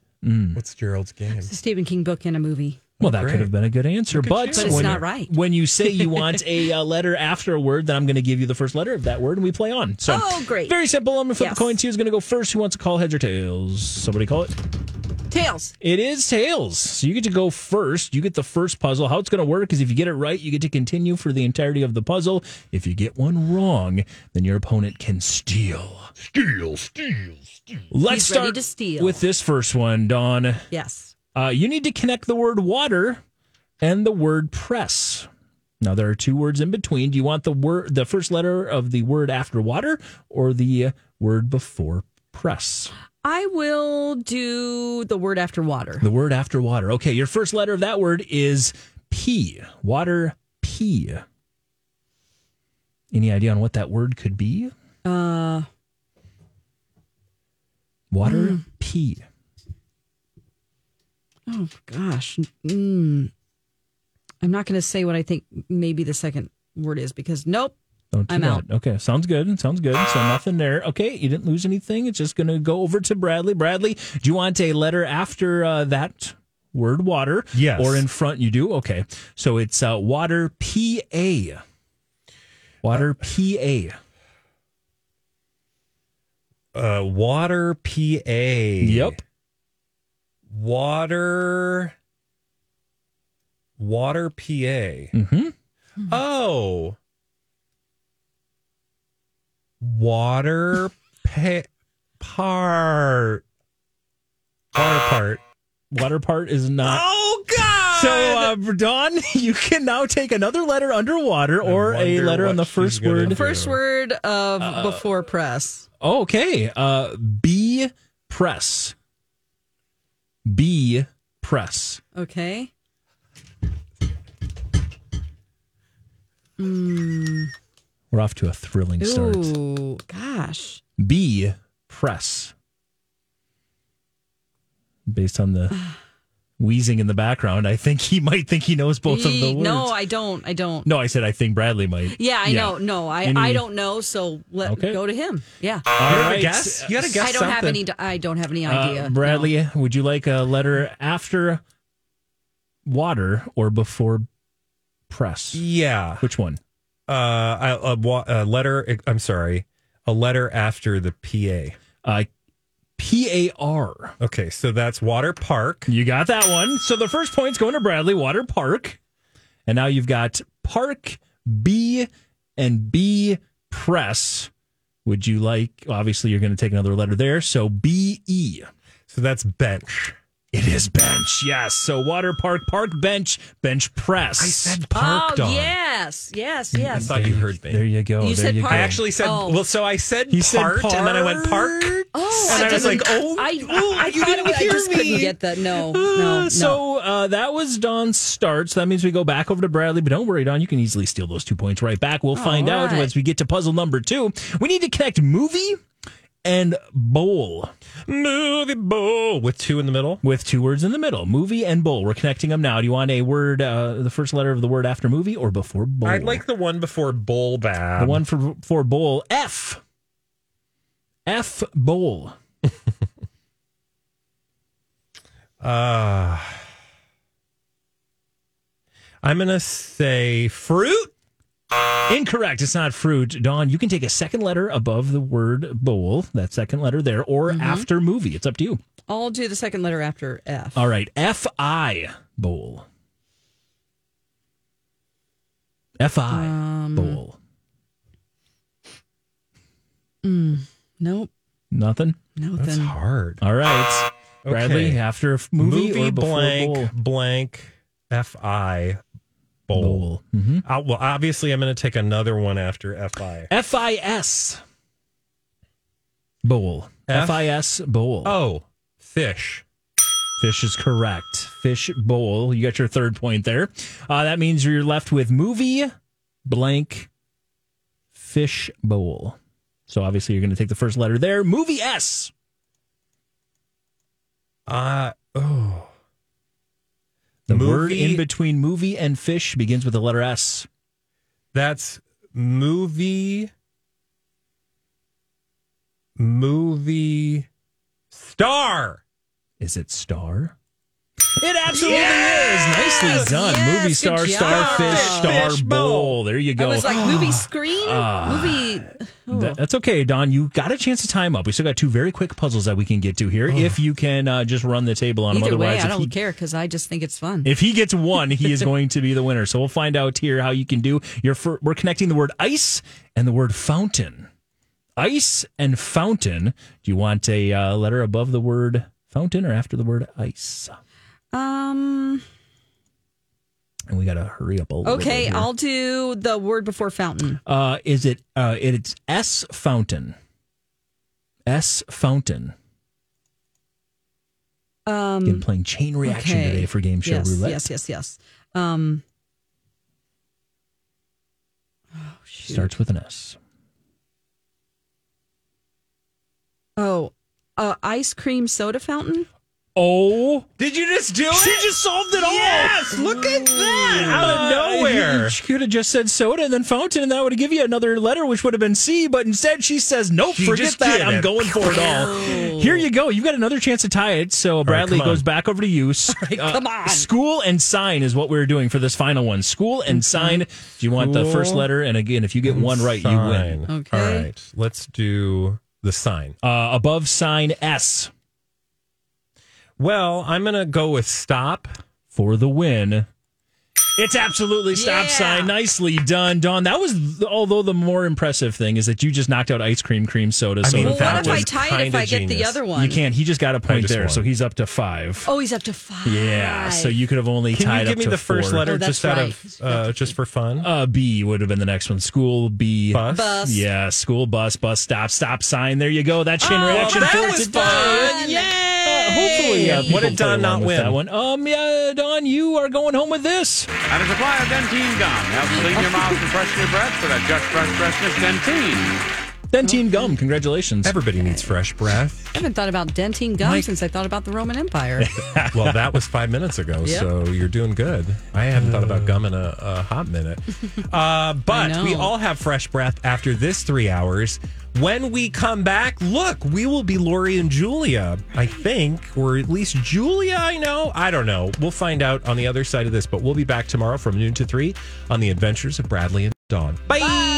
Speaker 2: What's Gerald's game?
Speaker 1: it's a Stephen King book and a movie.
Speaker 3: Well, that
Speaker 2: great.
Speaker 3: could have been a good answer, but,
Speaker 1: But it's not right.
Speaker 3: When you say you want a uh, letter after a word, then I'm going to give you the first letter of that word, and we play on. So,
Speaker 1: Oh, great.
Speaker 3: Very simple. I'm going to flip
Speaker 1: Yes.
Speaker 3: the coin. See who's going to go first. Who wants to call heads or tails? Somebody call it.
Speaker 1: Tails.
Speaker 3: It is tails. So you get to go first. You get the first puzzle. How it's going to work is if you get it right, you get to continue for the entirety of the puzzle. If you get one wrong, then your opponent can steal. Steal, steal, steal. Let's
Speaker 1: He's
Speaker 3: start
Speaker 1: ready to steal.
Speaker 3: with this first one, Dawn.
Speaker 1: Yes.
Speaker 3: Uh, you need to connect the word water and the word press. Now there are two words in between. Do you want the word, the first letter of the word after water, or the uh, word before press?
Speaker 1: I will do the word after water.
Speaker 3: The word after water. Okay, your first letter of that word is P. Water P. Any idea on what that word could be?
Speaker 1: Uh,
Speaker 3: Water P.
Speaker 1: oh gosh. Mm. I'm not going to say what I think maybe the second word is because nope.
Speaker 3: Don't do
Speaker 1: I'm
Speaker 3: that.
Speaker 1: out.
Speaker 3: Okay, sounds good. Sounds good. So nothing there. Okay, you didn't lose anything. It's just going to go over to Bradley. Bradley, do you want a letter after uh, that word water?
Speaker 5: Yes.
Speaker 3: Or in front? You do? Okay. So it's uh, water PA. Water PA.
Speaker 2: Uh, water PA.
Speaker 3: Yep.
Speaker 2: Water. Water PA.
Speaker 3: Mm-hmm.
Speaker 2: Oh. Water pa- part. Water part.
Speaker 3: Ah. Water part is not.
Speaker 2: Oh God!
Speaker 3: So, uh, Dawn, you can now take another letter underwater or a
Speaker 2: wonder
Speaker 3: letter on
Speaker 2: what
Speaker 3: the
Speaker 2: she's
Speaker 3: first
Speaker 2: gonna
Speaker 3: word.
Speaker 2: do.
Speaker 1: First word of before press.
Speaker 3: Oh, okay. Uh, B press. B press.
Speaker 1: Okay.
Speaker 3: We're off to a thrilling start.
Speaker 1: Ooh, gosh.
Speaker 3: B press. Based on the wheezing in the background, I think he might think he knows both of the
Speaker 1: Ye-
Speaker 3: words.
Speaker 1: No, I don't. I don't.
Speaker 3: No, I said I think Bradley might.
Speaker 1: Yeah, I know. No, I,
Speaker 3: Any-
Speaker 1: I don't know. So let
Speaker 3: Okay.
Speaker 1: go to him. Yeah.
Speaker 3: All
Speaker 2: you gotta
Speaker 3: right.
Speaker 2: guess. You gotta guess
Speaker 1: I don't have
Speaker 2: something.
Speaker 1: any. I don't have any
Speaker 3: Uh,
Speaker 1: idea.
Speaker 3: Bradley, would you like a letter after water or before press?
Speaker 2: Yeah.
Speaker 3: Which one?
Speaker 2: Uh, I- a, wa- a letter. I'm sorry. A letter after the PA.
Speaker 3: Uh, P A R.
Speaker 2: Okay, so that's Water Park.
Speaker 3: You got that one. So the first point's going to Bradley Water Park. And now you've got Park B and B Press. Would you like, obviously, you're going to take another letter there. So B E.
Speaker 2: So that's bench.
Speaker 3: It is bench. Yes. So Water Park, Park Bench, Bench Press.
Speaker 2: I said
Speaker 1: Oh
Speaker 2: park. Dawn.
Speaker 1: yes, yes,
Speaker 2: I
Speaker 1: yes.
Speaker 2: thought oh, you heard me.
Speaker 3: There you go.
Speaker 1: You
Speaker 3: there
Speaker 1: said
Speaker 3: you
Speaker 1: park.
Speaker 3: go.
Speaker 2: I actually said.
Speaker 1: Oh.
Speaker 2: Well, so I said.
Speaker 3: He said
Speaker 2: part, and then I went park.
Speaker 1: Oh,
Speaker 2: And I, was like,
Speaker 1: didn't-
Speaker 2: oh,
Speaker 1: I,
Speaker 2: oh,
Speaker 1: I,
Speaker 2: you
Speaker 1: thought
Speaker 2: didn't
Speaker 1: it was-
Speaker 2: hear
Speaker 1: I just
Speaker 2: me.
Speaker 1: couldn't get that. No, no, no.
Speaker 3: So uh, that was Don's start. So that means we go back over to Bradley. But don't worry, Don, you can easily steal those two points right back. We'll find out
Speaker 1: right.
Speaker 3: once we get to puzzle number two. We need to connect movie and bowl
Speaker 2: Movie bowl with two in the middle.
Speaker 3: with two words in the middle. Movie and bowl. We're connecting them now. Do you want a word, uh, the first letter of the word after movie or before bowl?
Speaker 2: I'd like the one before bowl bag.
Speaker 3: the one for for bowl. F. F bowl.
Speaker 2: Uh, I'm gonna say fruit. Uh,
Speaker 3: Incorrect. It's not fruit. Don, you can take a second letter above the word bowl, that second letter there, or
Speaker 2: Mm-hmm.
Speaker 3: after movie. It's up to you.
Speaker 1: I'll do the second letter after
Speaker 2: Uh,
Speaker 1: F.
Speaker 3: All right. F I bowl. F I
Speaker 2: Um,
Speaker 3: bowl.
Speaker 1: Nope,
Speaker 3: Nothing.
Speaker 2: That's
Speaker 1: nothing.
Speaker 2: hard.
Speaker 3: All right. Bradley,
Speaker 2: Okay.
Speaker 3: after f- movie, or before
Speaker 2: blank
Speaker 3: bowl?
Speaker 2: blank F I bowl.
Speaker 3: bowl. Mhm.
Speaker 2: Uh, well, obviously, I'm gonna take another one after F I.
Speaker 3: F I S bowl.
Speaker 2: F-
Speaker 3: F I S bowl.
Speaker 2: Oh, fish.
Speaker 3: Fish is correct. Fish bowl. You got your third point there. Uh, that means you're left with movie blank fish bowl. So obviously you're going to take the first letter there. Movie S.
Speaker 2: Uh oh.
Speaker 3: The word
Speaker 2: Movie-
Speaker 3: in between movie and fish begins with the letter S.
Speaker 2: That's movie. Movie star.
Speaker 3: Is it star? It absolutely is. Nicely done.
Speaker 1: Yes,
Speaker 3: movie
Speaker 1: good
Speaker 3: star,
Speaker 1: job.
Speaker 3: starfish, star
Speaker 2: Fish
Speaker 3: bowl.
Speaker 2: bowl.
Speaker 3: There you
Speaker 1: I
Speaker 3: go.
Speaker 1: was like movie screen,
Speaker 3: Ah.
Speaker 1: movie. Oh.
Speaker 3: That- that's okay, Don. You got a chance to time up. We still got two very quick puzzles that we can get to here. If you can uh, just run the table on them,
Speaker 1: Either way,
Speaker 3: otherwise,
Speaker 1: I
Speaker 3: if
Speaker 1: don't
Speaker 3: he-
Speaker 1: care because I just think it's fun.
Speaker 3: If he gets one, he is going to be the winner. So we'll find out here how you can do. Your fir- we're connecting the word ice and the word fountain. Ice and fountain. Do you want a uh, letter above the word fountain or after the word ice?
Speaker 1: um.
Speaker 3: And we got to hurry up a little.
Speaker 1: Okay,
Speaker 3: bit here.
Speaker 1: I'll do the word before fountain.
Speaker 3: Uh, is it? Uh, it's S fountain. S fountain. Again,
Speaker 1: Um.
Speaker 3: playing chain reaction
Speaker 1: okay.
Speaker 3: today for game show
Speaker 1: yes,
Speaker 3: roulette.
Speaker 1: Yes, yes, yes. Um. Oh shoot.
Speaker 3: Starts with an S.
Speaker 1: Oh, uh, ice cream soda fountain.
Speaker 3: Oh,
Speaker 2: Did you just do it?
Speaker 3: she just solved it all.
Speaker 2: Yes, look at that out of
Speaker 3: Uh,
Speaker 2: nowhere.
Speaker 3: She could have just said soda and then fountain, and that would have given you another letter, which would have been C. But instead, she says, "Nope,
Speaker 2: She
Speaker 3: forget
Speaker 2: just
Speaker 3: that.
Speaker 2: did
Speaker 3: I'm
Speaker 2: it."
Speaker 3: going for it all." Here you go. You've got another chance to tie it. So Bradley
Speaker 2: come on.
Speaker 3: goes back over to you. uh,
Speaker 1: come on.
Speaker 3: School and sign is what we're doing for this final one. School and sign. Do you want the first
Speaker 2: Mm-hmm. School
Speaker 3: letter? And again, if you get one right, you
Speaker 2: Sign.
Speaker 3: win.
Speaker 1: Okay.
Speaker 2: All right. Let's do the sign.
Speaker 3: Uh, above sign S
Speaker 2: Well, I'm going to go with stop.
Speaker 3: for the win. It's absolutely stop
Speaker 1: Yeah.
Speaker 3: sign. Nicely done, Don. That was, although the more impressive thing is that you just knocked out ice cream, cream soda.
Speaker 2: I
Speaker 3: so
Speaker 2: mean,
Speaker 3: the
Speaker 1: Well,
Speaker 3: fact
Speaker 1: what if I
Speaker 2: was
Speaker 1: tie it if
Speaker 2: kinda
Speaker 1: I get the
Speaker 2: genius.
Speaker 1: other one?
Speaker 3: You can't. He just got a point
Speaker 2: just
Speaker 3: there,
Speaker 2: won.
Speaker 3: so he's up to five.
Speaker 1: Oh, he's up to five.
Speaker 3: yeah. So you could have only
Speaker 2: Can
Speaker 3: tied
Speaker 2: you give
Speaker 3: up
Speaker 2: me
Speaker 3: to
Speaker 2: the first
Speaker 3: four.
Speaker 2: letter
Speaker 1: Oh, that's
Speaker 2: just out
Speaker 1: right.
Speaker 2: of uh, just for fun?
Speaker 3: Uh, B would have been the next one. School B.
Speaker 2: Bus.
Speaker 1: Bus.
Speaker 3: Yeah, school bus, bus stop, stop sign. There you go. That's chain reaction
Speaker 2: that
Speaker 3: for
Speaker 2: was
Speaker 3: today.
Speaker 1: Oh, fun.
Speaker 3: Yeah. Hopefully, uh,
Speaker 2: What
Speaker 3: people
Speaker 2: did
Speaker 3: play
Speaker 2: Don
Speaker 3: along
Speaker 2: not
Speaker 3: with
Speaker 2: win?
Speaker 3: That one. Um, yeah, Don, you are going home with this.
Speaker 5: How does apply a dentine gum? Helps clean your mouth and freshen your breath with a just brush freshness dentine.
Speaker 3: Dentine gum. Congratulations.
Speaker 2: Everybody needs fresh breath.
Speaker 1: I haven't thought about dentine gum since I thought about the Roman Empire.
Speaker 2: well, that was five minutes ago,
Speaker 1: Yep.
Speaker 2: so you're doing good. I haven't thought about gum in a, a hot minute. Uh, but
Speaker 1: know.
Speaker 2: we all have fresh breath after this three hours. When we come back, look, we will be Lori and Julia, I think, or at least Julia, I know. I don't know. We'll find out on the other side of this, but we'll be back tomorrow from noon to three on the adventures of Bradley and Dawn. Bye.